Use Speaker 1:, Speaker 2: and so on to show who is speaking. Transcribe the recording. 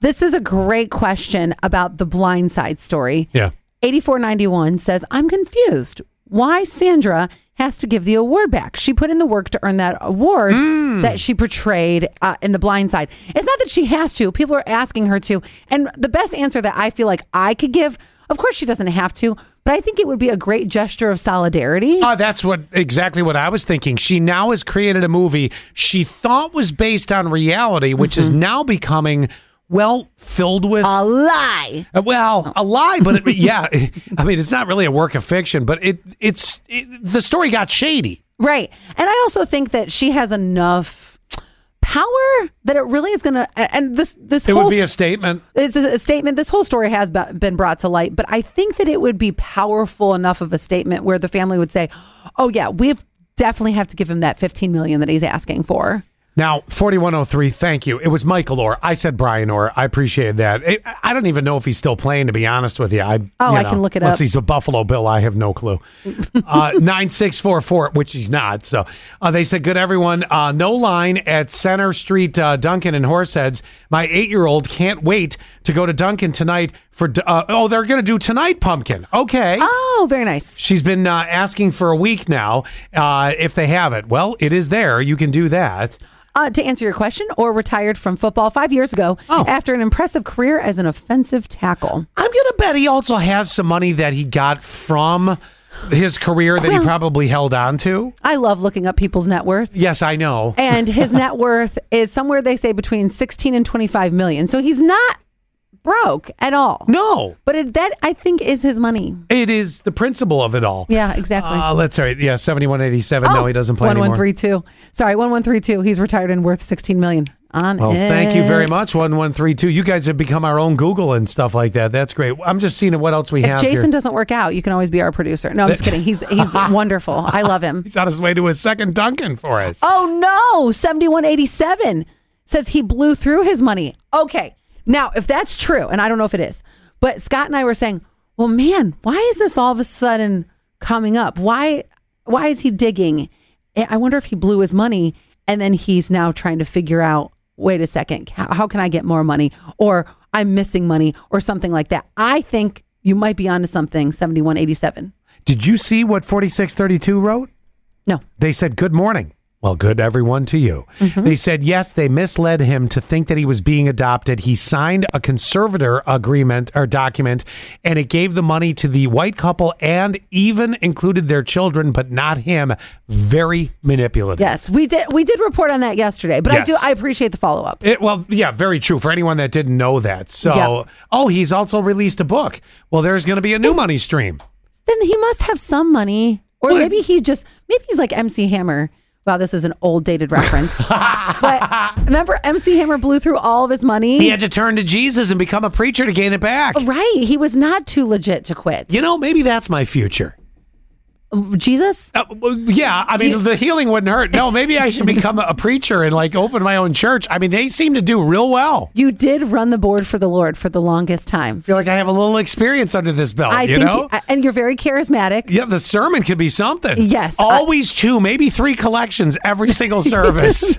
Speaker 1: This is a great question about the blind side story.
Speaker 2: Yeah.
Speaker 1: 8491 says, I'm confused why Sandra has to give the award back. She put in the work to earn that award
Speaker 2: Hmm.
Speaker 1: that she portrayed uh, in The Blind Side. It's not that she has to, people are asking her to. And the best answer that I feel like I could give, of course, she doesn't have to, but I think it would be a great gesture of solidarity.
Speaker 2: Oh, that's what exactly what I was thinking. She now has created a movie she thought was based on reality, which is now becoming well filled with
Speaker 1: a lie.
Speaker 2: Uh, Well, a lie, but it, yeah, I mean, it's not really a work of fiction, but it it's it, the story got shady.
Speaker 1: Right. And I also think that she has enough power that it really is going to and this this
Speaker 2: It
Speaker 1: whole
Speaker 2: would be a
Speaker 1: st-
Speaker 2: statement.
Speaker 1: it's a a statement this whole story has be- been brought to light but i think that it would be powerful enough of a statement where the family would say oh yeah we've definitely have to give him that 15 million that he's asking for
Speaker 2: Now, 4103, thank you. It was Michael Orr. I said Brian Orr. I appreciated that. It, I don't even know if he's still playing, to be honest with you. I,
Speaker 1: Oh,
Speaker 2: you
Speaker 1: I
Speaker 2: know,
Speaker 1: can look it
Speaker 2: unless
Speaker 1: up.
Speaker 2: he's a Buffalo Bill, I have no clue. Uh, 9644, which he's not. So uh, they said, good, everyone. Uh, no line at Center Street, uh, Duncan and Horseheads. My eight year old can't wait to go to Duncan tonight for. Uh, oh, they're going to do Tonight Pumpkin. Okay.
Speaker 1: oh very nice
Speaker 2: She's been uh, asking for a week now uh, if they have it. Well, it is there. You can do that.
Speaker 1: uh, to answer your question or retired from football five years ago
Speaker 2: Oh.
Speaker 1: after an impressive career as an offensive tackle
Speaker 2: I'm gonna bet he also has some money that he got from his career that he
Speaker 1: Well-
Speaker 2: probably held on to.
Speaker 1: i love looking up people's net worth
Speaker 2: Yes, I know.
Speaker 1: and his net worth is somewhere they say between 16 and 25 million so he's not broke at all
Speaker 2: No,
Speaker 1: but it, that i think is his money
Speaker 2: it is the principle of it all.
Speaker 1: yeah exactly
Speaker 2: Uh, let's sorry. Yeah, seventy-one eighty-seven. no, he doesn't play
Speaker 1: One
Speaker 2: anymore.
Speaker 1: Oh, one three two. Sorry, one one three two. He's retired and worth sixteen million. On
Speaker 2: Well, thank you very
Speaker 1: it.
Speaker 2: much. One one three two. You guys have become our own Google and stuff like that. That's great. I'm just seeing what else we
Speaker 1: If
Speaker 2: have.
Speaker 1: Jason
Speaker 2: here.
Speaker 1: doesn't work out, you can always be our producer. No, I'm just kidding. He's he's wonderful. I love him.
Speaker 2: He's on his way to his second Duncan for us.
Speaker 1: Oh no, seventy one eighty seven says he blew through his money. Okay, now if that's true, and I don't know if it is, but Scott and I were saying, well, man, why is this all of a sudden coming up? Why why is he digging? Eh, I I wonder if he blew his money, and then he's now trying to figure out. Wait a second, how, how can I get more money? Or I'm missing money, or something like that. I think you might be onto something. Seventy one eighty seven.
Speaker 2: Did you see what forty-six thirty-two wrote?
Speaker 1: No.
Speaker 2: They said, Good morning. Well, good everyone to you.
Speaker 1: Mm-hmm.
Speaker 2: They said, Yes, they misled him to think that he was being adopted. He signed a conservator agreement or document, and it gave the money to the white couple and even included their children, but not him. Very manipulative.
Speaker 1: Yes, we did. We did report on that yesterday, but I
Speaker 2: Yes.
Speaker 1: do. I appreciate the follow up.
Speaker 2: It, well, yeah, very true for anyone that didn't know that. So,
Speaker 1: Yeah.
Speaker 2: oh, he's also released a book. Well, there's going to be a new money stream.
Speaker 1: then he must have some money. Or
Speaker 2: Well,
Speaker 1: maybe he's just maybe he's like MC Hammer. Wow, this is an old dated reference. but remember MC Hammer blew through all of his money?
Speaker 2: He had to turn to Jesus and become a preacher to gain it back.
Speaker 1: Right. He was not too legit to quit. Um,
Speaker 2: You know, maybe that's my future.
Speaker 1: Jesus?
Speaker 2: Uh, well, yeah, I mean, the healing wouldn't hurt. No, maybe I should become a preacher and like open my own church. I mean, they seem to do real well.
Speaker 1: You did run the board for the Lord for the longest time.
Speaker 2: I feel like I have a little experience under this belt,
Speaker 1: I
Speaker 2: Uh, you
Speaker 1: think
Speaker 2: know?
Speaker 1: and you're very charismatic.
Speaker 2: yeah, the sermon could be something.
Speaker 1: Yes, I-
Speaker 2: Always two, maybe three collections every single service.